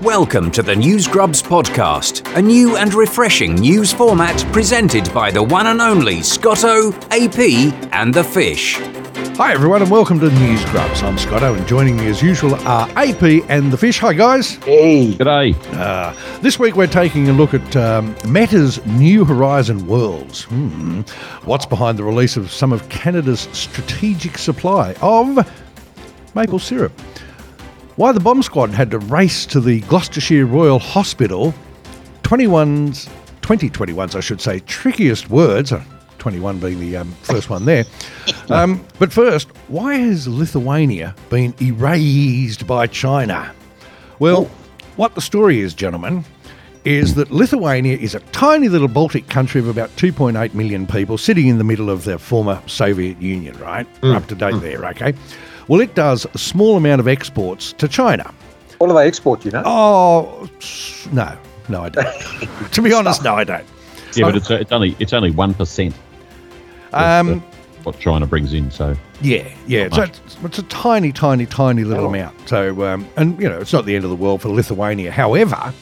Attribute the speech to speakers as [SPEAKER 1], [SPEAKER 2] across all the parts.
[SPEAKER 1] Welcome to the News Grubs podcast, a new and refreshing news format presented by the one and only Scotto, AP, and the Fish.
[SPEAKER 2] Hi everyone and welcome to News Grubs. I'm Scotto and joining me as usual are AP and the Fish. Hi guys.
[SPEAKER 3] G'day.
[SPEAKER 2] Uh, this week we're taking a look at um, Meta's New Horizon Worlds. Hmm. What's behind the release of some of Canada's strategic supply of maple syrup? Why the bomb squad had to race to the Gloucestershire Royal Hospital? 21's 2021's, I should say, trickiest words. uh, 21 being the um, first one there. Um, but first, why has Lithuania been erased by China? Well, what the story is, gentlemen, is that Lithuania is a tiny little Baltic country of about 2.8 million people sitting in the middle of the former Soviet Union, right? We're Up to date there, okay? Well, it does a small amount of exports to China.
[SPEAKER 4] What do they export, you know?
[SPEAKER 2] Oh, s- no, no, I don't. to be honest, no, I don't.
[SPEAKER 3] Yeah, but it's, uh, it's only it's only one percent
[SPEAKER 2] Um,
[SPEAKER 3] what China brings in. So
[SPEAKER 2] Yeah, yeah. So it's, it's a tiny, tiny, tiny little amount. So, um, and you know, it's not the end of the world for Lithuania. However,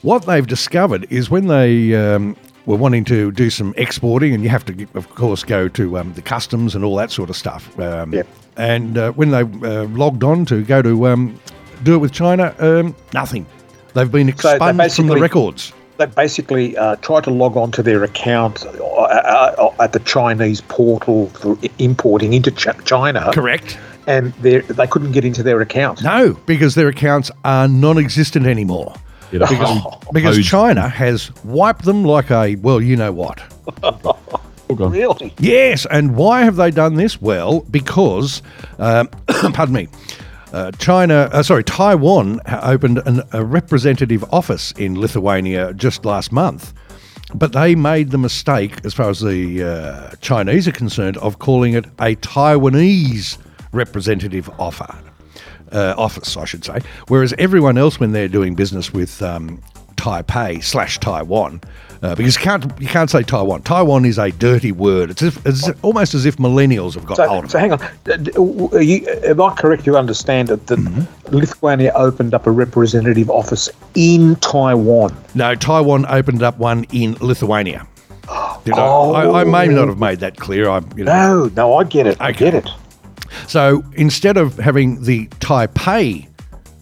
[SPEAKER 2] what they've discovered is when they um, were wanting to do some exporting, and you have to, g- of course, go to um, the customs and all that sort of stuff. Um,
[SPEAKER 4] Yeah.
[SPEAKER 2] And uh, when they uh, logged on to go to um, do it with China, um, nothing. They've been
[SPEAKER 4] So they
[SPEAKER 2] expunged from the
[SPEAKER 4] basically-
[SPEAKER 2] records.
[SPEAKER 4] They basically uh, try to log on to their account uh, uh, at the Chinese portal for i- importing into Ch- China,
[SPEAKER 2] Correct.
[SPEAKER 4] and they they couldn't get into their account.
[SPEAKER 2] No, because their accounts are non-existent anymore.
[SPEAKER 3] Yeah, they're
[SPEAKER 2] because,
[SPEAKER 3] whole-
[SPEAKER 2] because
[SPEAKER 3] hosed.
[SPEAKER 2] China has wiped them like a well, you know what?
[SPEAKER 3] hold on.
[SPEAKER 4] Really?
[SPEAKER 2] Yes, and why have they done this? Well, because, um, pardon me, uh, China, uh, sorry, Taiwan ha- opened an, a representative office in Lithuania just last month, but they made the mistake, as far as the uh, Chinese are concerned, of calling it a Taiwanese representative offer. Uh, office, I should say. Whereas everyone else, when they're doing business with um, Taipei slash Taiwan, uh, because you can't you can't say Taiwan. Taiwan is a dirty word. It's, if, it's almost as if millennials have got hold
[SPEAKER 4] So,
[SPEAKER 2] of
[SPEAKER 4] so
[SPEAKER 2] it.
[SPEAKER 4] hang on. Uh, d- w- Are you, am I correct? You understand that, that
[SPEAKER 2] Mm-hmm.
[SPEAKER 4] Lithuania opened up a representative office in Taiwan?
[SPEAKER 2] No, Taiwan opened up one in Lithuania. Did I- I, I may not
[SPEAKER 4] Oh.
[SPEAKER 2] have made that clear. I, you know,
[SPEAKER 4] No, no, I get it. I
[SPEAKER 2] Okay.
[SPEAKER 4] get it.
[SPEAKER 2] So instead of having the Taipei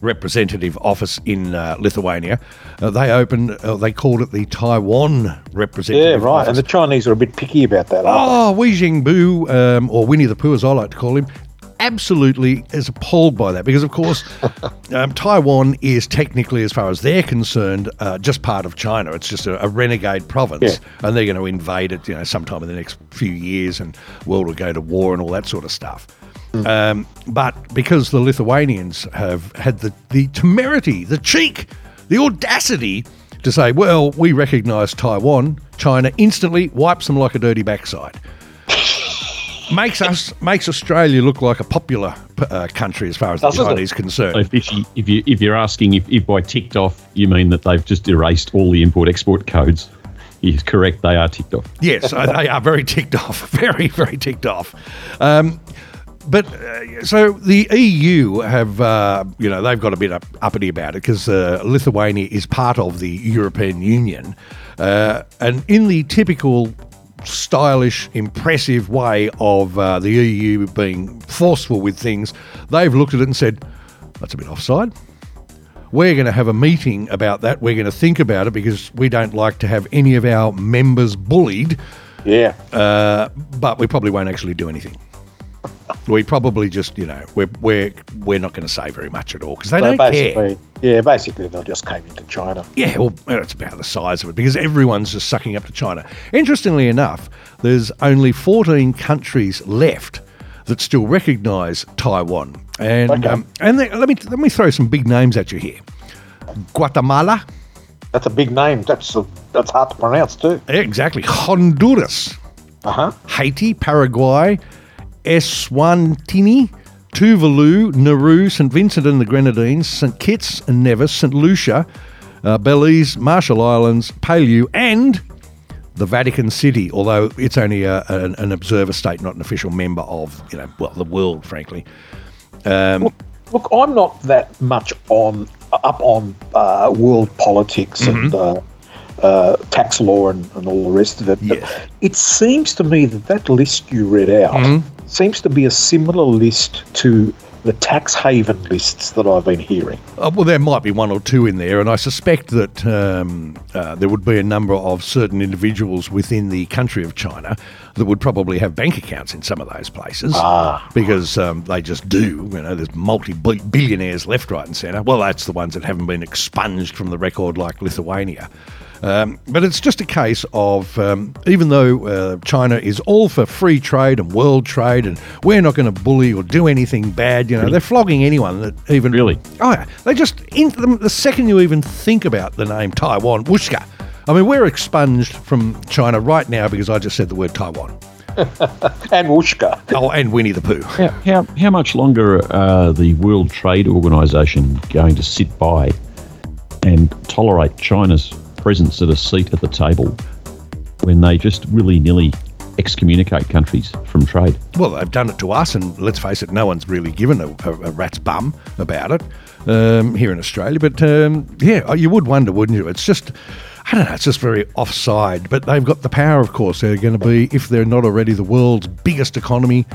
[SPEAKER 2] representative office in uh, Lithuania, uh, they opened. Uh, they called it the Taiwan
[SPEAKER 4] Yeah,
[SPEAKER 2] representative.
[SPEAKER 4] right. And
[SPEAKER 2] Office.
[SPEAKER 4] the Chinese are a bit picky about that. aren't
[SPEAKER 2] oh, Wei Jingbu, um, or Winnie the Pooh, as I like to call him, absolutely is appalled by that because, of course, um, Taiwan is technically, as far as they're concerned, uh, just part of China. It's just a, a renegade province,
[SPEAKER 4] Yeah.
[SPEAKER 2] and they're going to invade it, you know, sometime in the next few years, and world will go to war and all that sort of stuff. Um, but because the Lithuanians have had the, the temerity, the cheek, the audacity to say, well, we recognise Taiwan, China instantly wipes them like a dirty backside. makes us makes Australia look like a popular p- uh, country as far as the
[SPEAKER 4] Doesn't it?
[SPEAKER 2] Chinese
[SPEAKER 3] So
[SPEAKER 2] concerned.
[SPEAKER 3] fishy. If you if you're asking if, if by ticked off you mean that they've just erased all the import export codes, is correct. They are ticked off.
[SPEAKER 2] Yes, uh, they are very ticked off, very very ticked off. Um, but uh, so the EU have, uh, you know, they've got a bit up, uppity about it because uh, Lithuania is part of the European Union. Uh, and in the typical stylish, impressive way of uh, the EU being forceful with things, they've looked at it and said, that's a bit offside. We're going to have a meeting about that. We're going to think about it because we don't like to have any of our members bullied
[SPEAKER 4] they? Yeah.
[SPEAKER 2] uh, but we probably won't actually do anything. We probably just, you know, we're we're we're not going to say very much at all because they
[SPEAKER 4] So
[SPEAKER 2] don't care.
[SPEAKER 4] basically, yeah, basically they just came into China.
[SPEAKER 2] Yeah, well, it's about the size of it because everyone's just sucking up to China. Interestingly enough, there's only 14 countries left that still recognise Taiwan, and
[SPEAKER 4] Okay.
[SPEAKER 2] um, and they, let me let me throw some big names at you here: Guatemala,
[SPEAKER 4] That's a big name. That's a, that's hard to pronounce too.
[SPEAKER 2] exactly, Honduras,
[SPEAKER 4] Uh huh.
[SPEAKER 2] Haiti, Paraguay, Eswatini, Tuvalu, Nauru, St. Vincent and the Grenadines, St. Kitts and Nevis, St. Lucia, uh, Belize, Marshall Islands, Palau, and the Vatican City, although it's only a, an, an observer state, not an official member of, you know, well, the world, frankly.
[SPEAKER 4] Look, I'm not that much on uh, up on uh, world politics and uh, uh, tax law and, and all the rest of it. But
[SPEAKER 2] Yes.
[SPEAKER 4] It seems to me that that list you read out seems to be a similar list to the tax haven lists that I've been hearing.
[SPEAKER 2] Uh, well, there might be one or two in there, and I suspect that um, uh, there would be a number of certain individuals within the country of China that would probably have bank accounts in some of those places because um, they just do. You know, there's multi billionaires left, right, and centre. Well, that's the ones that haven't been expunged from the record, like Lithuania. Um, but it's just a case of um, even though uh, China is all for free trade and world trade, and we're not going to bully or do anything bad, you know, they're flogging anyone that even
[SPEAKER 3] Really?
[SPEAKER 2] Oh yeah, they just in, the, the second you even think about the name Taiwan, whooshka. I mean, we're expunged from China right now because I just said the word Taiwan.
[SPEAKER 4] And Wooshka.
[SPEAKER 2] Oh, and Winnie the Pooh.
[SPEAKER 3] How, how, how much longer are the World Trade Organization going to sit by and tolerate China's presence at a seat at the table when they just willy nilly excommunicate countries from trade?
[SPEAKER 2] Well, they've done it to us, and let's face it, no one's really given a, a, a rat's bum about it um, here in Australia. But um, yeah, you would wonder, wouldn't you? It's just, I don't know, it's just very offside. But they've got the power, of course. They're going to be, if they're not already, the world's biggest economy.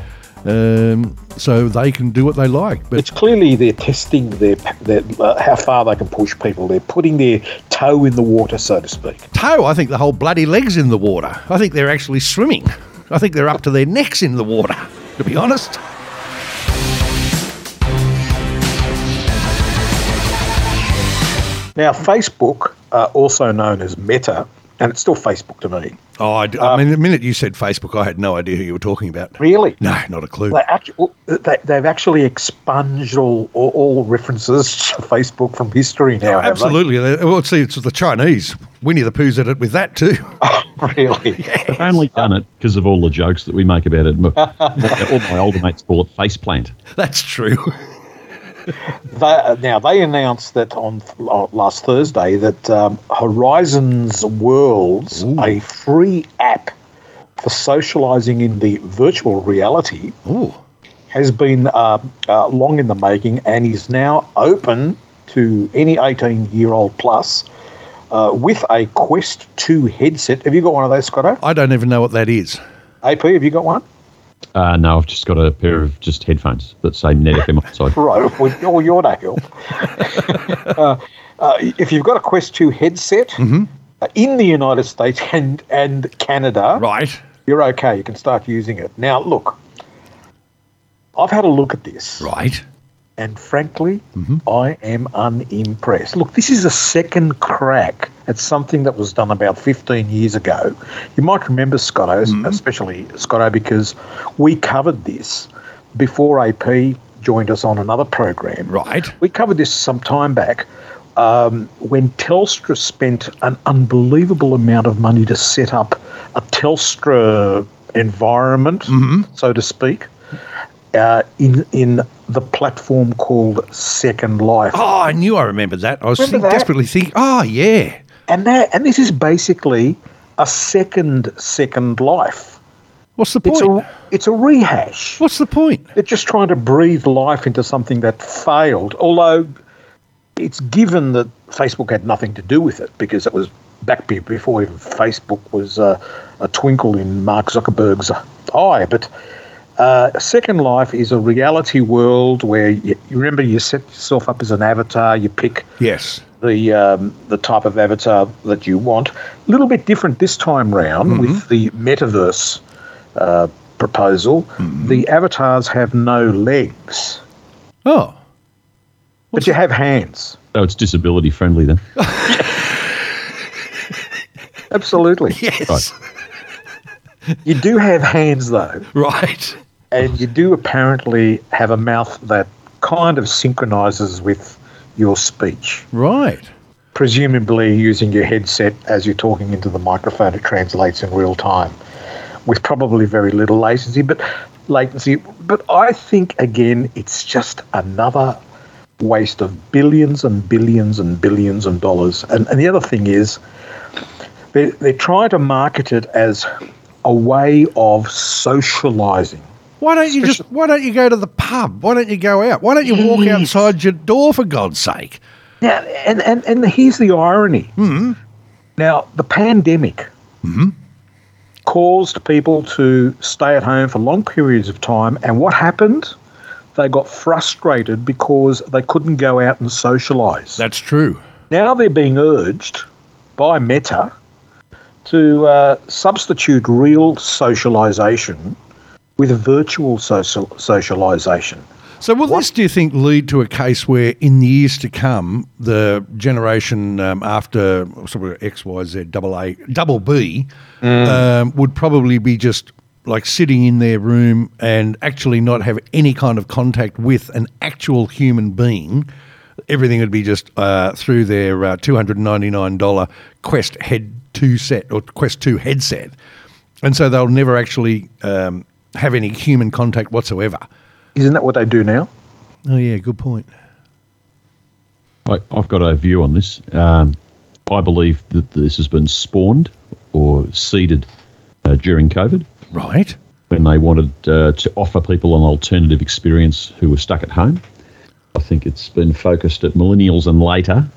[SPEAKER 2] Um, so they can do what they like. But
[SPEAKER 4] It's clearly they're testing their, their uh, how far they can push people. They're putting their toe in the water, so to speak.
[SPEAKER 2] toe. I think the whole bloody leg's in the water. I think they're actually swimming. I think they're up to their necks in the water, to be honest.
[SPEAKER 4] Now, Facebook, uh, also known as Meta, and it's still Facebook to me.
[SPEAKER 2] Oh, I, d- I mean, the minute you said Facebook, I had no idea who you were talking about.
[SPEAKER 4] Um, Really?
[SPEAKER 2] No, not a clue.
[SPEAKER 4] They actually, they, they've actually expunged all, all, all references to Facebook from history now. have they?
[SPEAKER 2] Absolutely. They- Well, see, it's the Chinese. Winnie the Pooh's at it with that too.
[SPEAKER 4] Really?
[SPEAKER 3] They've only done it because of all the jokes that we make about it. all my older mates call it faceplant.
[SPEAKER 2] That's true.
[SPEAKER 4] They, uh, now they announced that on uh, last Thursday that um, Horizons Worlds, a free app for socializing in the virtual reality,
[SPEAKER 2] Ooh.
[SPEAKER 4] has been uh, uh, long in the making and is now open to any 18 year old plus uh, with a Quest 2 headset. Have you got one of those, Scotto?
[SPEAKER 2] I don't even know what that is.
[SPEAKER 4] AP, have you got one?
[SPEAKER 3] Uh, no, I've just got a pair of just headphones that say Net FM on the side.
[SPEAKER 4] Right, with all your no help. uh, uh, if you've got a Quest 2 headset uh, in the United States and, and Canada,
[SPEAKER 2] Right.
[SPEAKER 4] you're okay. You can start using it. Now, look, I've had a look at this.
[SPEAKER 2] Right.
[SPEAKER 4] and frankly, I am unimpressed. Look, this is a second crack at something that was done about 15 years ago. You might remember Scotto, especially Scotto, because we covered this before AP joined us on another program.
[SPEAKER 2] Right.
[SPEAKER 4] We covered this some time back um, when Telstra spent an unbelievable amount of money to set up a Telstra environment, so to speak, uh, in in the platform called Second Life.
[SPEAKER 2] Oh, I knew I remembered that. I was
[SPEAKER 4] Remember
[SPEAKER 2] think,
[SPEAKER 4] that?
[SPEAKER 2] desperately thinking, oh, yeah.
[SPEAKER 4] And that and this is basically a second Second Life.
[SPEAKER 2] What's the
[SPEAKER 4] It's
[SPEAKER 2] point?
[SPEAKER 4] a it's a rehash.
[SPEAKER 2] What's the point?
[SPEAKER 4] They're just trying to breathe life into something that failed. Although it's given that Facebook had nothing to do with it because it was back be- before even Facebook was uh, a twinkle in Mark Zuckerberg's eye. But uh, Second Life is a reality world where you, you remember you set yourself up as an avatar, you pick
[SPEAKER 2] Yes.
[SPEAKER 4] the um, the type of avatar that you want. A little bit different this time round with the metaverse uh, proposal. The avatars have no legs,
[SPEAKER 2] Oh.
[SPEAKER 4] but you have hands.
[SPEAKER 3] So it's disability friendly then.
[SPEAKER 4] Absolutely,
[SPEAKER 2] Yes.
[SPEAKER 4] you do have hands though,
[SPEAKER 2] Right.
[SPEAKER 4] and you do apparently have a mouth that kind of synchronizes with your speech.
[SPEAKER 2] Right.
[SPEAKER 4] presumably using your headset as you're talking into the microphone, it translates in real time with probably very little latency. But latency, but I think again, it's just another waste of billions and billions and billions of dollars. And, and the other thing is, they they're trying to market it as a way of socializing.
[SPEAKER 2] Why don't you Mm. just why don't you go to the pub? Why don't you go out? Why don't you walk outside your door for God's sake?
[SPEAKER 4] Now, and, and, and here's the irony. Now, the pandemic caused people to stay at home for long periods of time. And what happened? They got frustrated because they couldn't go out and socialize.
[SPEAKER 2] That's true.
[SPEAKER 4] Now they're being urged by Meta to uh, substitute real socialization with virtual social- socialization.
[SPEAKER 2] So, will this, do you think, lead to a case where in the years to come, the generation um, after sort of X, Y, Z, double A, double B, um, would probably be just like sitting in their room and actually not have any kind of contact with an actual human being? Everything would be just uh, through their uh, $299 Quest Head 2 set or Quest 2 headset. And so they'll never actually um, have any human contact whatsoever.
[SPEAKER 4] Isn't that what they do now?
[SPEAKER 2] Oh yeah, good point.
[SPEAKER 3] I, I've got a view on this. Um, I believe that this has been spawned or seeded uh, during COVID
[SPEAKER 2] Right.
[SPEAKER 3] when they wanted uh, to offer people an alternative experience who were stuck at home. I think it's been focused at millennials and later.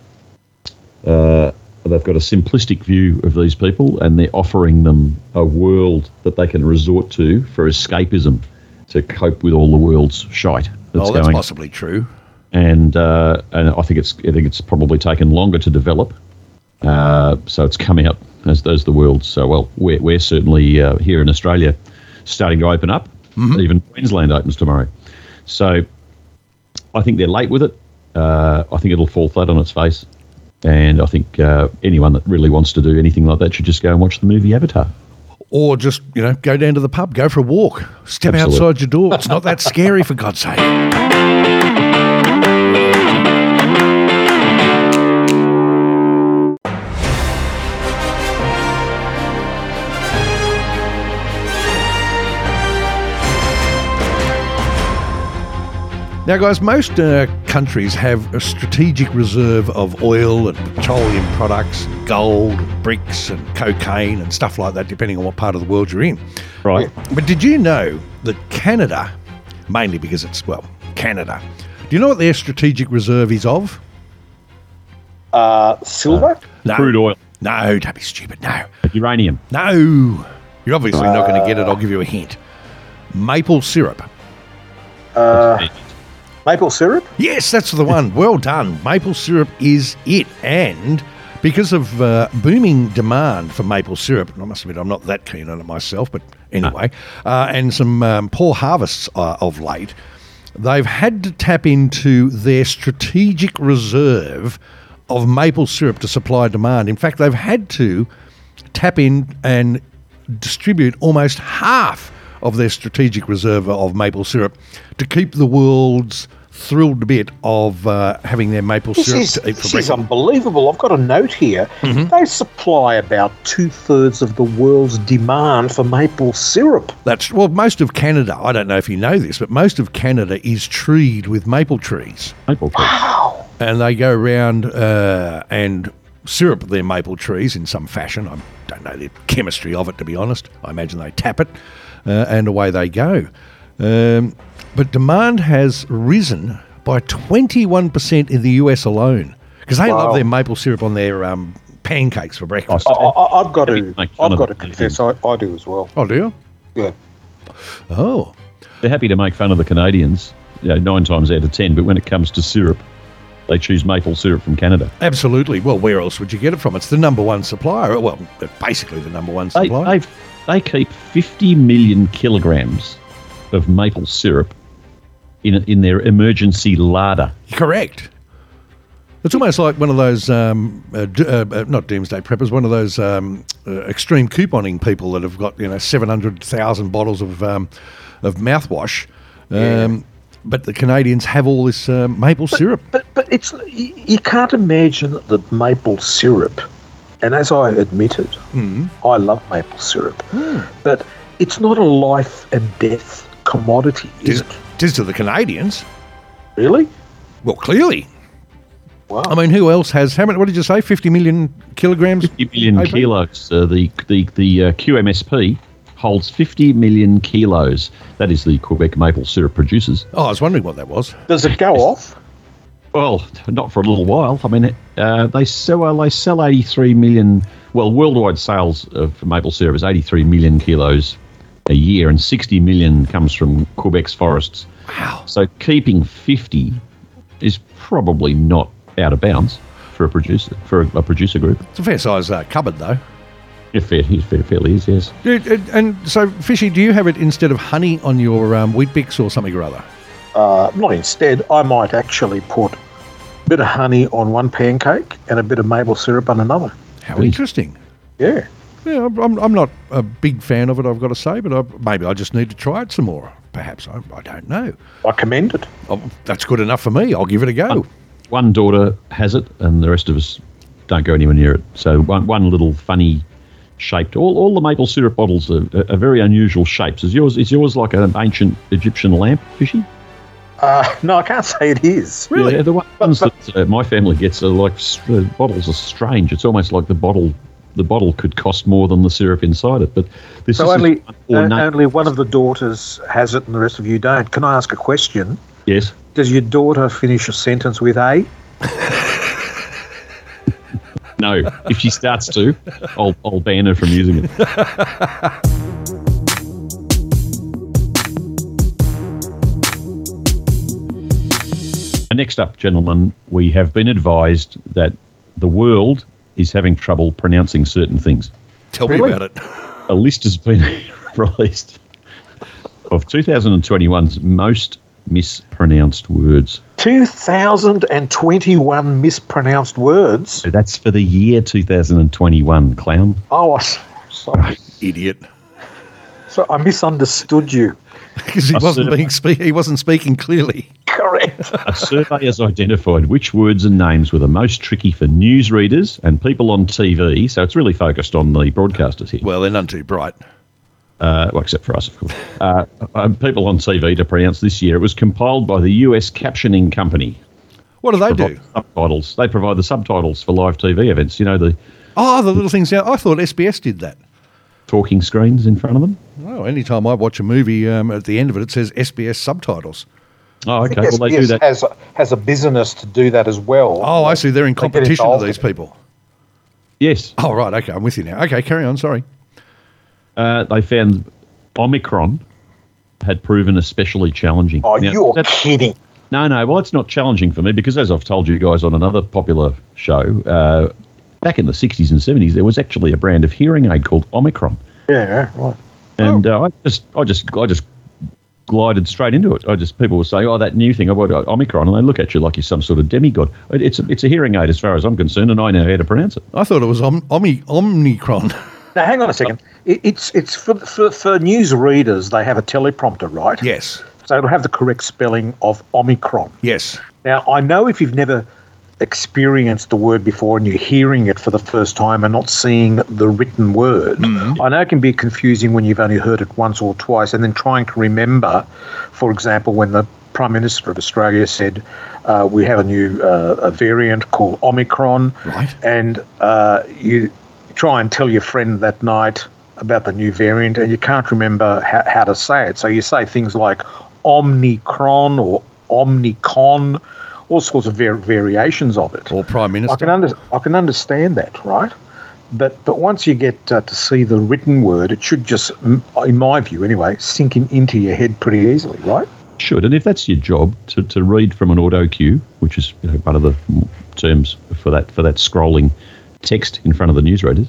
[SPEAKER 3] Uh, they've got a simplistic view of these people and they're offering them a world that they can resort to for escapism to cope with all the world's shite
[SPEAKER 2] oh, that's
[SPEAKER 3] that's going on
[SPEAKER 2] possibly true.
[SPEAKER 3] and uh, and I think it's I think it's probably taken longer to develop. Uh, so it's come out as as the world. So well, we're we're certainly uh, here in Australia starting to open up. Even Queensland opens tomorrow. So I think they're late with it. Uh, I think it'll fall flat on its face. And I think uh, anyone that really wants to do anything like that should just go and watch the movie Avatar.
[SPEAKER 2] Or just you know, go down to the pub, go for a walk, step
[SPEAKER 3] Absolute.
[SPEAKER 2] outside your door. It's not that scary, for God's sake. Now, guys, most uh, countries have a strategic reserve of oil and petroleum products, gold, bricks, and cocaine, and stuff like that, depending on what part of the world you're in.
[SPEAKER 3] Right.
[SPEAKER 2] But did you know that Canada, mainly because it's, well, Canada, do you know what their strategic reserve is of?
[SPEAKER 4] Uh, silver?
[SPEAKER 2] No.
[SPEAKER 3] Crude oil,
[SPEAKER 2] No, don't be stupid. No.
[SPEAKER 3] uranium.
[SPEAKER 2] No. You're obviously not going to get it. I'll give you a hint. Maple syrup.
[SPEAKER 4] Maple syrup?
[SPEAKER 2] Yes, that's the one. Well done. Maple syrup is it. And because of uh, booming demand for maple syrup, and I must admit I'm not that keen on it myself, but anyway, uh, and some um, poor harvests uh, of late, they've had to tap into their strategic reserve of maple syrup to supply demand. In fact, they've had to tap in and distribute almost half of their strategic reserve of maple syrup to keep the world's thrilled bit of uh, having their maple
[SPEAKER 4] This
[SPEAKER 2] syrup
[SPEAKER 4] is,
[SPEAKER 2] to eat for
[SPEAKER 4] this is
[SPEAKER 2] breakfast.
[SPEAKER 4] unbelievable. I've got a note here. They supply about two thirds of the world's demand for maple syrup.
[SPEAKER 2] That's well, most of Canada. I don't know if you know this, but most of Canada is treed with maple trees.
[SPEAKER 3] Maple trees.
[SPEAKER 4] Wow.
[SPEAKER 2] and they go around uh, and syrup their maple trees in some fashion. I don't know the chemistry of it, to be honest. I imagine they tap it, uh, and away they go. Um, but demand has risen by 21% in the US alone because they love
[SPEAKER 4] Wow.
[SPEAKER 2] their maple syrup on their um, pancakes for breakfast.
[SPEAKER 4] I,
[SPEAKER 3] Oh.
[SPEAKER 4] I, I've got
[SPEAKER 3] That'd
[SPEAKER 4] to.
[SPEAKER 3] be like
[SPEAKER 4] I've
[SPEAKER 3] one of
[SPEAKER 4] got
[SPEAKER 3] the
[SPEAKER 4] to confess, I, I do as well.
[SPEAKER 2] Oh, do you?
[SPEAKER 4] Yeah.
[SPEAKER 2] Oh.
[SPEAKER 3] they're happy to make fun of the Canadians, you know, nine times out of ten. But when it comes to syrup, they choose maple syrup from Canada.
[SPEAKER 2] Absolutely. Well, where else would you get it from? It's the number one supplier. Well, basically the number one
[SPEAKER 3] They,
[SPEAKER 2] supplier.
[SPEAKER 3] they've, they keep 50 million kilograms of maple syrup in, in their emergency larder.
[SPEAKER 2] Correct. It's almost like one of those, um, uh, d- uh, uh, not doomsday preppers, one of those um, uh, extreme couponing people that have got you know seven hundred thousand bottles of um, of mouthwash. Um, But the Canadians have all this um, maple syrup.
[SPEAKER 4] But but it's you, you can't imagine that maple syrup, and as I admitted, I love maple syrup, but it's not a life and death commodity,
[SPEAKER 2] Tis,
[SPEAKER 4] is it?
[SPEAKER 2] tis to the Canadians.
[SPEAKER 4] Really?
[SPEAKER 2] Well, clearly.
[SPEAKER 4] Wow.
[SPEAKER 2] I mean, who else has how many? What did you say? Fifty million kilograms.
[SPEAKER 3] 50 million
[SPEAKER 2] Maple?
[SPEAKER 3] kilos. Uh, the the, the uh, QMSP holds 50 million kilos. That is the Quebec maple syrup producers.
[SPEAKER 2] Oh, I was wondering what that was.
[SPEAKER 4] Does it go off?
[SPEAKER 3] Well, not for a little while. I mean, uh, they sell well, they sell 83 million. Well, worldwide sales of maple syrup is 83 million kilos a year, and 60 million comes from Quebec's forests. Wow! So keeping 50 is probably not out of bounds for a producer for a, a producer group.
[SPEAKER 2] It's a fair size uh, cupboard, though.
[SPEAKER 3] If it, if it fairly is, yes.
[SPEAKER 2] It- it- and so, Fishy, do you have it instead of honey on your um, wheat bix or something or other?
[SPEAKER 4] Uh, not instead, I might actually put a bit of honey on one pancake and a bit of maple syrup on another.
[SPEAKER 2] How
[SPEAKER 3] Please.
[SPEAKER 2] interesting.
[SPEAKER 4] Yeah.
[SPEAKER 2] Yeah, I'm- I'm, I'm not a big fan of it, I've got to say, but I, maybe I just need to try it some more. Perhaps I, I don't know.
[SPEAKER 4] I commend it.
[SPEAKER 2] Oh, that's good enough for me. I'll give it a go.
[SPEAKER 4] Oh,
[SPEAKER 3] One daughter has it, and the rest of us don't go anywhere near it. So one, one little funny shaped. All, all the maple syrup bottles are, are, are very unusual shapes. Is yours is yours like an ancient Egyptian lamp, fishy?
[SPEAKER 4] Uh, no, I can't say it is.
[SPEAKER 3] Yeah, the ones that uh, my family gets are like s- uh, bottles are strange. It's almost like the bottle the bottle could cost more than the syrup inside it. But this
[SPEAKER 4] So
[SPEAKER 3] is
[SPEAKER 4] only uh,
[SPEAKER 3] ornate-
[SPEAKER 4] only one of the daughters has it and the rest of you don't. Can I ask a question?
[SPEAKER 3] yes.
[SPEAKER 4] Does your daughter finish a sentence with a?
[SPEAKER 3] No, if she starts to, I'll, I'll ban her from using it. And Next up, gentlemen, we have been advised that the world is having trouble pronouncing certain things.
[SPEAKER 2] Tell
[SPEAKER 4] Really?
[SPEAKER 2] me about it.
[SPEAKER 3] A list has been released of 2021's most mispronounced words.
[SPEAKER 4] 2021 mispronounced words.
[SPEAKER 3] So that's for the year 2021, clown.
[SPEAKER 4] Oh, I, s- sorry.
[SPEAKER 2] Idiot.
[SPEAKER 4] So I misunderstood you.
[SPEAKER 2] Because he
[SPEAKER 3] I
[SPEAKER 2] wasn't
[SPEAKER 3] said-
[SPEAKER 2] being spe- he wasn't speaking clearly.
[SPEAKER 4] Correct.
[SPEAKER 3] A survey has identified which words and names were the most tricky for newsreaders and people on TV. So it's really focused on the broadcasters here,
[SPEAKER 2] Well, they're none too bright.
[SPEAKER 3] uh, well, except for us, of course. Uh, um, people on TV to pronounce this year. It was compiled by the US captioning company.
[SPEAKER 2] What do they do?
[SPEAKER 3] Subtitles. They provide the subtitles for live TV events. You know the
[SPEAKER 2] Oh, the little things. Now, I thought SBS did that.
[SPEAKER 3] talking screens in front of them.
[SPEAKER 2] Oh, anytime I watch a movie, um, at the end of it, it says SBS subtitles.
[SPEAKER 3] Oh, okay. Well, they do
[SPEAKER 4] SBS
[SPEAKER 3] that.
[SPEAKER 4] Has a, has a business to do that as well.
[SPEAKER 2] Oh, I see. They're in
[SPEAKER 4] They get
[SPEAKER 2] competition with
[SPEAKER 4] involved.
[SPEAKER 2] these people.
[SPEAKER 3] Yes,
[SPEAKER 2] Oh, right. Okay, I'm with you now. Okay, carry on. Sorry.
[SPEAKER 3] uh, they found Omicron had proven especially challenging.
[SPEAKER 4] Oh,
[SPEAKER 3] Now,
[SPEAKER 4] you're
[SPEAKER 3] that's-
[SPEAKER 4] kidding.
[SPEAKER 3] No, no. Well, it's not challenging for me because, as I've told you guys on another popular show, uh, back in the 60s and 70s, there was actually a brand of hearing aid called Omicron,
[SPEAKER 4] Yeah, right.
[SPEAKER 3] and uh, I just, I just, I just glided straight into it. I just people were saying, "Oh, that new thing, I bought uh, Omicron," and they look at you like you're some sort of demigod. It- It's, a, it's a hearing aid, as far as I'm concerned, and I know how to pronounce it.
[SPEAKER 2] I thought it was om- Omni- Omnicron.
[SPEAKER 4] Now, hang on a second. It, it's it's for, for, for news readers, they have a teleprompter, right?
[SPEAKER 2] yes.
[SPEAKER 4] So it'll have the correct spelling of Omicron.
[SPEAKER 2] Yes.
[SPEAKER 4] Now, I know if you've never experienced the word before and you're hearing it for the first time and not seeing the written word, I know it can be confusing when you've only heard it once or twice and then trying to remember, for example, when the Prime Minister of Australia said, uh, We have a new uh, a variant called Omicron.
[SPEAKER 2] Right.
[SPEAKER 4] And uh, you try and tell your friend that night about the new variant and you can't remember how, how to say it. So you say things like Omnicron or Omnicon, all sorts of var- variations of it.
[SPEAKER 2] Or Prime
[SPEAKER 4] I
[SPEAKER 2] Minister.
[SPEAKER 4] can, under, I can understand that, right? But but once you get uh, to see the written word, it should just, m- in my view anyway, sink in, into your head pretty easily, right?
[SPEAKER 3] Should, and if that's your job to, to read from an auto cue, which is you know, one of the terms for that for that scrolling text in front of the newsreaders,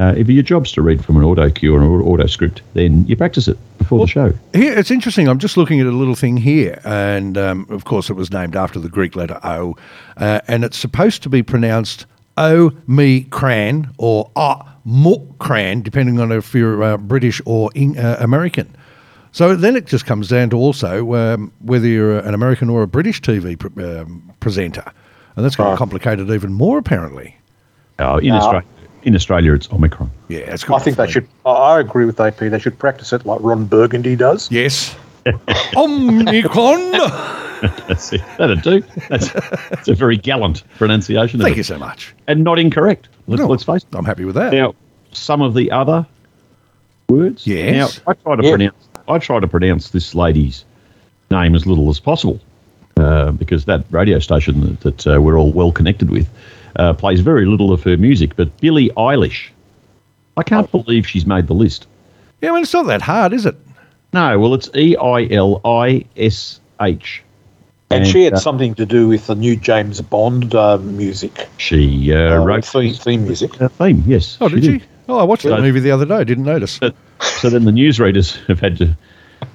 [SPEAKER 3] uh, if your job's to read from an auto cue or an au- auto script, then you practice it before the show.
[SPEAKER 2] Here, it's interesting. I'm just looking at a little thing here, and um, of course, it was named after the Greek letter O, uh, and it's supposed to be pronounced O me cran or Ah mo cran, depending on if you're uh, British or Eng- uh, American. So then it just comes down to also um, whether you're an American or a British TV pr- um, presenter, and that's going to
[SPEAKER 4] Right.
[SPEAKER 2] complicate it even more, apparently.
[SPEAKER 3] Uh, in, Australia, in Australia, it's Omicron.
[SPEAKER 2] Yeah, it's
[SPEAKER 4] I think they should, I- I agree with AP, they should practice it like Ron Burgundy does.
[SPEAKER 2] Yes. Omnicron.
[SPEAKER 3] That's it. That'll do. That's, that's a very gallant pronunciation. of
[SPEAKER 2] Thank
[SPEAKER 3] it.
[SPEAKER 2] you so much.
[SPEAKER 3] And not incorrect. Let's,
[SPEAKER 2] No,
[SPEAKER 3] let's face it.
[SPEAKER 2] I'm happy with that.
[SPEAKER 3] Now, some of the other words.
[SPEAKER 2] Yes.
[SPEAKER 3] Now, I try to
[SPEAKER 4] Yeah.
[SPEAKER 3] pronounce. I try to pronounce this lady's name as little as possible. uh, because that radio station that, that uh, we're all well connected with uh, plays very little of her music. But Billie Eilish, I can't believe she's made the list.
[SPEAKER 2] Yeah, I mean, it's not that hard, is it?
[SPEAKER 3] No, well, it's E I L I S H.
[SPEAKER 4] And, she had something to do with the new James Bond uh, music,
[SPEAKER 3] She uh,
[SPEAKER 4] uh,
[SPEAKER 3] wrote
[SPEAKER 4] theme, theme music.
[SPEAKER 3] the theme, yes.
[SPEAKER 2] Oh, did she? Oh, I watched that
[SPEAKER 3] Yeah.
[SPEAKER 2] movie the other day. Didn't notice.
[SPEAKER 3] So then the newsreaders have had to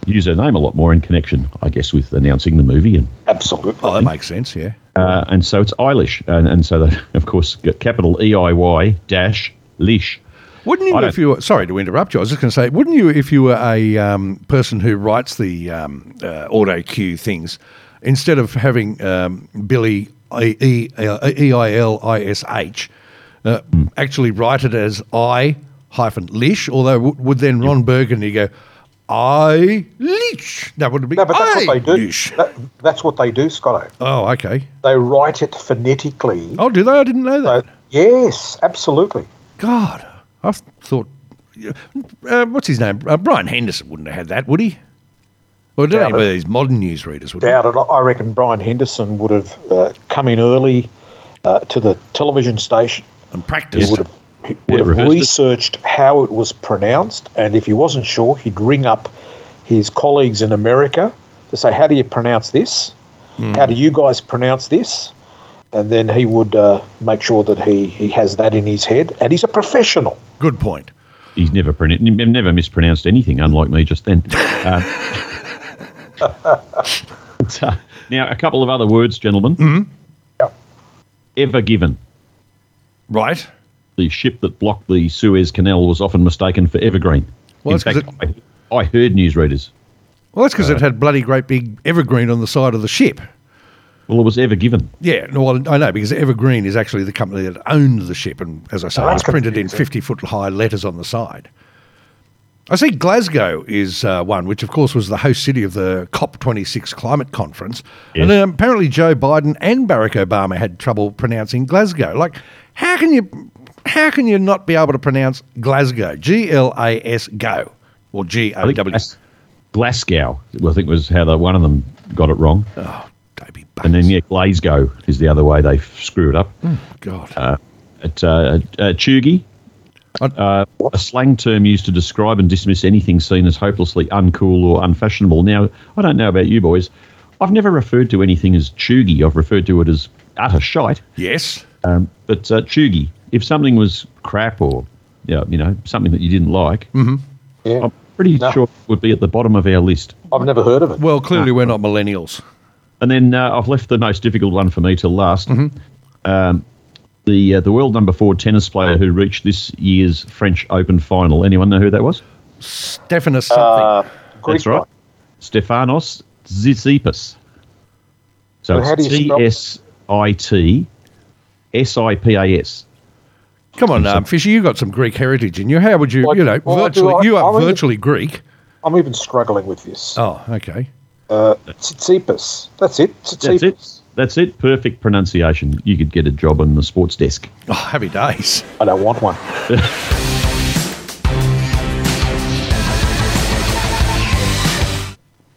[SPEAKER 3] use her name a lot more in connection, I guess, with announcing the movie. And
[SPEAKER 4] Absolutely.
[SPEAKER 2] Oh, that makes sense. Yeah.
[SPEAKER 3] uh, and so it's Eilish. And, and so, they, of course, got capital E I Y dash Lish.
[SPEAKER 2] Wouldn't you,
[SPEAKER 3] I
[SPEAKER 2] if you were, sorry to interrupt you, I was just going to say, wouldn't you, if you were a um, person who writes the um, uh, auto cue things, instead of having um, Billy E- E- uh, E I L I S H, uh, actually write it as I hyphen Lish? Although, would, would then Ron Burgundy go, I Lish? That would be
[SPEAKER 4] No, but that's
[SPEAKER 2] I
[SPEAKER 4] what they do.
[SPEAKER 2] Lish.
[SPEAKER 4] That, that's what they do, Scotto.
[SPEAKER 2] Oh, okay.
[SPEAKER 4] They write it phonetically.
[SPEAKER 2] Oh, do they? I didn't know that.
[SPEAKER 4] So, yes, absolutely.
[SPEAKER 2] God, I thought. Uh, what's his name? Uh, Brian Henderson wouldn't have had that, would he? Well, don't
[SPEAKER 4] Doubt
[SPEAKER 2] know whether these modern newsreaders would.
[SPEAKER 4] Doubt it. I reckon Brian Henderson would have uh, come in early uh, to the television station
[SPEAKER 2] And
[SPEAKER 4] He
[SPEAKER 2] practice.
[SPEAKER 4] would have, he
[SPEAKER 3] Yeah,
[SPEAKER 4] would have
[SPEAKER 3] rehearsed it.
[SPEAKER 4] researched how it was pronounced, and if he wasn't sure, he'd ring up his colleagues in America to say, "How do you pronounce this?
[SPEAKER 3] Hmm.
[SPEAKER 4] How do you guys pronounce this?" And then he would uh, make sure that he, he has that in his head, and he's a professional.
[SPEAKER 2] Good point.
[SPEAKER 3] He's never pron- never mispronounced anything, unlike me just then. Um, so, now, a couple of other words, gentlemen.
[SPEAKER 2] Mm-hmm.
[SPEAKER 3] Ever given.
[SPEAKER 2] Right.
[SPEAKER 3] The ship that blocked the Suez Canal was often mistaken for Evergreen.
[SPEAKER 2] Well,
[SPEAKER 3] In
[SPEAKER 2] that's
[SPEAKER 3] fact, I, I heard newsreaders.
[SPEAKER 2] Well, that's
[SPEAKER 4] Uh,
[SPEAKER 2] because it had bloody great big evergreen on the side of the ship.
[SPEAKER 3] Well, it was Ever given.
[SPEAKER 2] Yeah, no, well, I know because Evergreen is actually the company that owned the ship, and as I say,
[SPEAKER 4] Oh,
[SPEAKER 2] it was
[SPEAKER 4] that's
[SPEAKER 2] printed in
[SPEAKER 4] confusing.
[SPEAKER 2] fifty-foot high letters on the side. I see Glasgow is uh, one, which of course was the host city of the COP26 climate conference, and
[SPEAKER 3] Yes.
[SPEAKER 2] um, apparently Joe Biden and Barack Obama had trouble pronouncing Glasgow. Like, how can you, how can you not be able to pronounce Glasgow? G L A S go or G
[SPEAKER 3] I
[SPEAKER 2] O
[SPEAKER 3] think
[SPEAKER 2] W?
[SPEAKER 3] Glas- Glasgow, I think was how the, one of them got it wrong.
[SPEAKER 2] Oh, Baby
[SPEAKER 3] and then, yeah, Glasgow is the other way they f- screw it up.
[SPEAKER 2] God,
[SPEAKER 3] At uh, uh, Chugi, uh, a slang term used to describe and dismiss anything seen as hopelessly uncool or unfashionable. Now, I don't know about you boys. I've never referred to anything as Chugi. I've referred to it as utter shite.
[SPEAKER 2] yes,
[SPEAKER 3] Um, but uh, Chugi, if something was crap or yeah, you know something that you didn't like,
[SPEAKER 4] Yeah,
[SPEAKER 3] I'm pretty
[SPEAKER 4] No.
[SPEAKER 3] sure it would be at the bottom of our list.
[SPEAKER 4] I've never heard of it.
[SPEAKER 2] well, clearly we're not millennials.
[SPEAKER 3] And then uh, I've left the most difficult one for me till last.
[SPEAKER 4] Mm-hmm.
[SPEAKER 3] Um, the uh, the world number four tennis player who reached this year's French Open final. Anyone know who that was?
[SPEAKER 2] Stephanus something.
[SPEAKER 4] Uh, Greek
[SPEAKER 3] That's right,
[SPEAKER 4] one.
[SPEAKER 3] Stefanos Tsitsipas. So
[SPEAKER 4] Well, how do
[SPEAKER 3] it's
[SPEAKER 4] you
[SPEAKER 3] T
[SPEAKER 4] spell-
[SPEAKER 3] S I T S I P A S.
[SPEAKER 2] Come on, um, Fisher, you got some Greek heritage in you. How would you,
[SPEAKER 4] Well,
[SPEAKER 2] you know,
[SPEAKER 4] well, I do.
[SPEAKER 2] virtually,
[SPEAKER 4] I-
[SPEAKER 2] you are
[SPEAKER 4] I really-
[SPEAKER 2] virtually Greek.
[SPEAKER 4] I'm even struggling with
[SPEAKER 3] Uh,
[SPEAKER 4] this.
[SPEAKER 2] Oh, okay.
[SPEAKER 4] Tsitsipas. That's it. Tsitsipas.
[SPEAKER 3] That's it. That's it. Perfect pronunciation. You could get a job on the sports desk.
[SPEAKER 2] Oh, happy days.
[SPEAKER 4] I don't want one.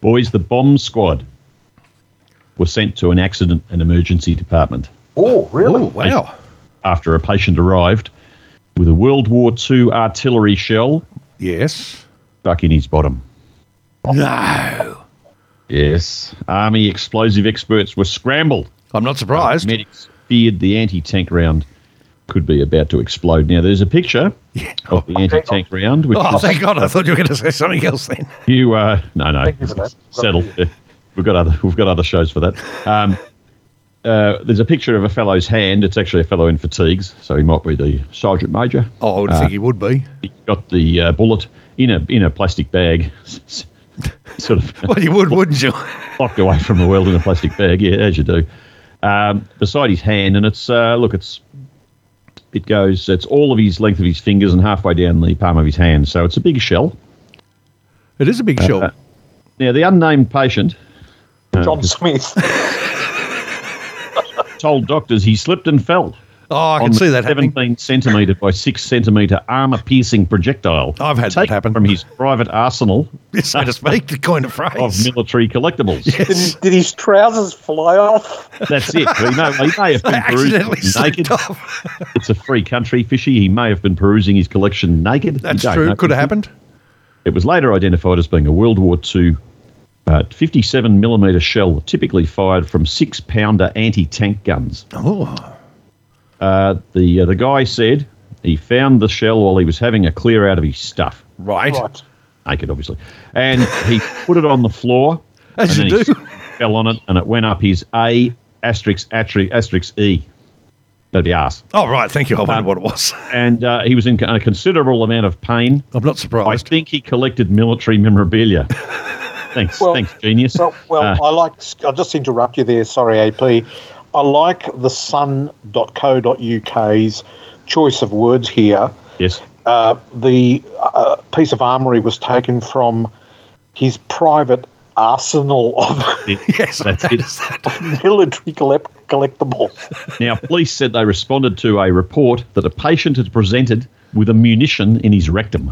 [SPEAKER 3] Boys, the bomb squad were sent to an accident and emergency department
[SPEAKER 4] Oh, really?
[SPEAKER 2] Oh, wow.
[SPEAKER 3] after a patient arrived with a World War II artillery shell
[SPEAKER 2] Yes.
[SPEAKER 3] stuck in his bottom.
[SPEAKER 2] No.
[SPEAKER 3] Yes. Army explosive experts were scrambled.
[SPEAKER 2] I'm not surprised.
[SPEAKER 3] Medics feared the anti tank round could be about to explode. Now, there's a picture of the anti tank round, which
[SPEAKER 2] Oh,
[SPEAKER 3] is
[SPEAKER 2] thank God. I thought you were going to say something else then.
[SPEAKER 3] You uh, no no
[SPEAKER 4] you for that.
[SPEAKER 3] settle. We've got other we've got other shows for that. Um, uh, there's a picture of a fellow's hand. It's actually a fellow in fatigues, so he might be the sergeant major.
[SPEAKER 2] Oh, I would think he would be.
[SPEAKER 3] He got the uh, bullet in a in a plastic bag, sort of
[SPEAKER 2] Well, you would, wouldn't you?
[SPEAKER 3] locked away from the world in a plastic bag. Yeah, as you do. Um, beside his hand, and it's uh, look, it's it goes. It's all of his length of his fingers and halfway down the palm of his hand. So it's a big shell.
[SPEAKER 2] It is a big shell.
[SPEAKER 3] Now the unnamed patient Uh,
[SPEAKER 4] John Smith.
[SPEAKER 3] told doctors he slipped and fell
[SPEAKER 2] Oh, I
[SPEAKER 3] on
[SPEAKER 2] can see that happening.
[SPEAKER 3] 17 centimetre by 6 centimetre armour piercing projectile.
[SPEAKER 2] I've had that
[SPEAKER 3] taken
[SPEAKER 2] happen.
[SPEAKER 3] From his private arsenal
[SPEAKER 2] so to speak, the coin of
[SPEAKER 3] of
[SPEAKER 2] phrase.
[SPEAKER 3] military collectibles.
[SPEAKER 4] Did, did his trousers fly off?
[SPEAKER 3] That's it. He may, he may have
[SPEAKER 2] I
[SPEAKER 3] been
[SPEAKER 2] accidentally
[SPEAKER 3] perusing
[SPEAKER 2] slipped
[SPEAKER 3] naked.
[SPEAKER 2] off.
[SPEAKER 3] It's a free country, Fishy. He may have been perusing his collection naked. You
[SPEAKER 2] That's
[SPEAKER 3] don't
[SPEAKER 2] true.
[SPEAKER 3] know.
[SPEAKER 2] Could have happened.
[SPEAKER 3] It was later identified as being a World War II uh, 57 millimetre shell, typically fired from six pounder anti tank guns.
[SPEAKER 2] Oh,
[SPEAKER 3] Uh, the uh, the guy said he found the shell while he was having a clear out of his stuff,
[SPEAKER 2] right.
[SPEAKER 4] Right.
[SPEAKER 3] naked obviously, and he put it on the floor.
[SPEAKER 2] As
[SPEAKER 3] and
[SPEAKER 2] you
[SPEAKER 3] then he
[SPEAKER 2] do.
[SPEAKER 3] Fell on it, and it went up his A asterisk atri- asterisk E. That'd be arse.
[SPEAKER 2] Oh, right. Thank you. I wondered what it was.
[SPEAKER 3] And uh, he was in a considerable amount of pain.
[SPEAKER 2] I'm not
[SPEAKER 3] I
[SPEAKER 2] surprised.
[SPEAKER 3] think he collected military memorabilia. thanks,
[SPEAKER 4] Well-
[SPEAKER 3] thanks, genius.
[SPEAKER 4] Well, well
[SPEAKER 3] Uh,
[SPEAKER 4] I like. I'll just interrupt you there. Sorry, AP. I like the sun.co.uk's choice of words here.
[SPEAKER 3] yes.
[SPEAKER 4] Uh, the uh, piece of armoury was taken from his private arsenal of
[SPEAKER 3] Yes, that's it.
[SPEAKER 4] military collect- collectibles.
[SPEAKER 3] Now, police said they responded to a report that a patient had presented with a munition in his rectum.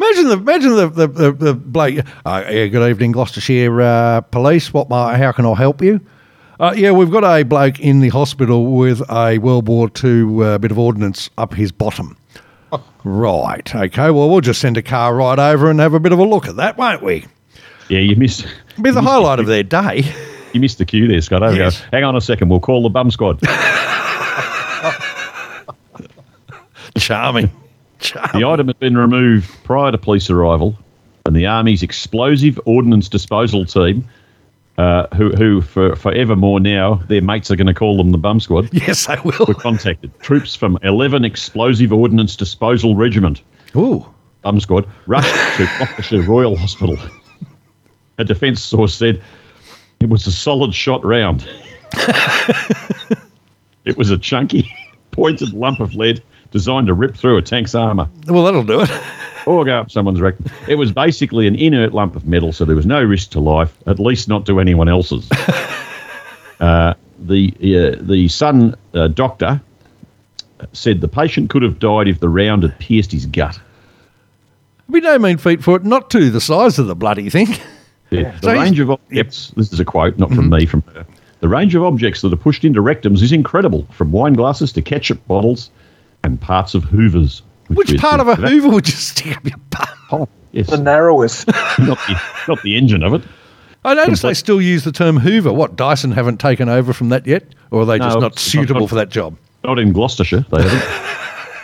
[SPEAKER 2] Imagine the imagine the the, the, the bloke. Uh, yeah, good evening, Gloucestershire uh, Police. What? My, how can I help you? Uh, yeah, we've got a bloke in the hospital with a World War II uh, bit of ordnance up his bottom. Right. Okay. Well, we'll just send a car right over and have a bit of a look at that, won't we?
[SPEAKER 3] Yeah, you missed.
[SPEAKER 2] Be the highlight of their day.
[SPEAKER 3] You missed the cue there, Scott. Over
[SPEAKER 2] Yes.
[SPEAKER 3] Hang on a second. We'll call the bum squad.
[SPEAKER 2] Charming. Charming.
[SPEAKER 3] The item had been removed prior to police arrival, and the Army's explosive ordnance disposal team, uh, who, who for forevermore now, their mates are going to call them the bum squad,
[SPEAKER 2] Yes, I
[SPEAKER 3] were
[SPEAKER 2] will.
[SPEAKER 3] contacted. Troops from 11 Explosive Ordnance Disposal Regiment,
[SPEAKER 2] Ooh.
[SPEAKER 3] bum squad, rushed to Gloucestershire Royal Hospital. A defence source said it was a solid shot round. it was a chunky, pointed lump of lead designed to rip through a tank's armour.
[SPEAKER 2] Well, that'll do it.
[SPEAKER 3] or go up someone's rectum. It was basically an inert lump of metal, so there was no risk to life, at least not to anyone else's. uh, the uh, the son uh, doctor said the patient could have died if the round had pierced his gut.
[SPEAKER 2] We no mean feat for it, not to the size of the bloody thing.
[SPEAKER 3] The
[SPEAKER 2] So he's- Mm-hmm.
[SPEAKER 3] range of objects. This is a quote, not from me, from her. The range of objects that are pushed into rectums is incredible, from wine glasses to ketchup bottles and parts of hoovers.
[SPEAKER 2] Which
[SPEAKER 3] is-
[SPEAKER 2] part of a
[SPEAKER 3] that-
[SPEAKER 2] Hoover would you stick up your bum?
[SPEAKER 3] Oh, yes,
[SPEAKER 4] The narrowest.
[SPEAKER 3] not, the, not the engine of it.
[SPEAKER 2] I notice they
[SPEAKER 3] Complete-
[SPEAKER 2] still use the term Hoover. What Dyson haven't taken over from that yet, or are they just
[SPEAKER 3] No,
[SPEAKER 2] not
[SPEAKER 3] it's not-
[SPEAKER 2] suitable
[SPEAKER 3] not-
[SPEAKER 2] for that job?
[SPEAKER 3] Not in Gloucestershire, they haven't.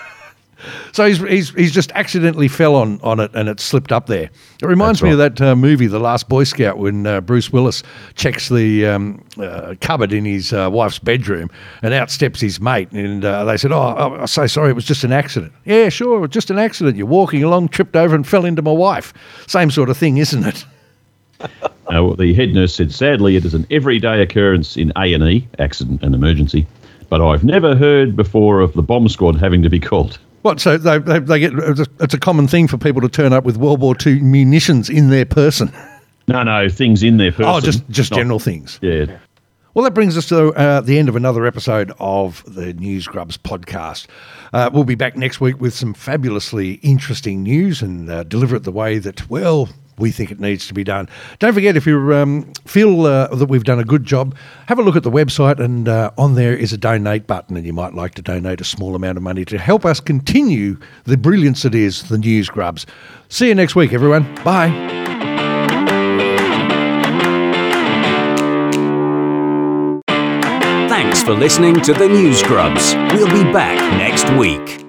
[SPEAKER 2] So he's, he's he's just accidentally fell on on it and it slipped up there. It reminds
[SPEAKER 3] That's
[SPEAKER 2] me of that uh, movie, The Last Boy Scout, when uh, Bruce Willis checks the um, uh, cupboard in his uh, wife's bedroom, and out steps his mate, and uh, they said, "Oh, I'm so sorry, it was just an accident." Yeah, sure, it was just an accident. You're walking along, tripped over, and fell into my wife. Same sort of thing, isn't it?
[SPEAKER 3] Uh, the head nurse said, sadly, it is an everyday occurrence in A&E, accident and emergency, but I've never heard before of the bomb squad having to be called.
[SPEAKER 2] What? So they, they, they get it's a- it's a common thing for people to turn up with World War II munitions in their person.
[SPEAKER 3] No, no, things in their person.
[SPEAKER 2] oh, just just
[SPEAKER 3] not-
[SPEAKER 2] general things.
[SPEAKER 3] Yeah.
[SPEAKER 2] Well, that brings us to uh, the end of another episode of the News Grubs podcast. Uh, we'll be back next week with some fabulously interesting news and uh, deliver it the way that, well, we think it needs to be done. Don't forget, if you um, feel uh, that we've done a good job, have a look at the website, and uh, on there is a donate button, and you might like to donate a small amount of money to help us continue the brilliance that is the News Grubs. See you next week, everyone. Bye.
[SPEAKER 1] Thanks for listening to the News Grubs. We'll be back next week.